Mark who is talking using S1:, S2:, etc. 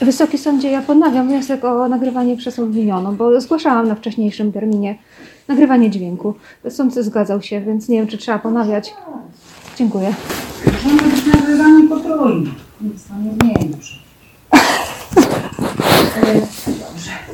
S1: Wysoki Sądzie, ja ponawiam wniosek o nagrywanie przez obwinioną, bo zgłaszałam na wcześniejszym terminie nagrywanie dźwięku. Sąd zgadzał się, więc nie wiem, czy trzeba ponawiać. Dziękuję.
S2: Możemy być nagrywani potrójnie. Nic to nie zmieni przecież. E, Dobrze.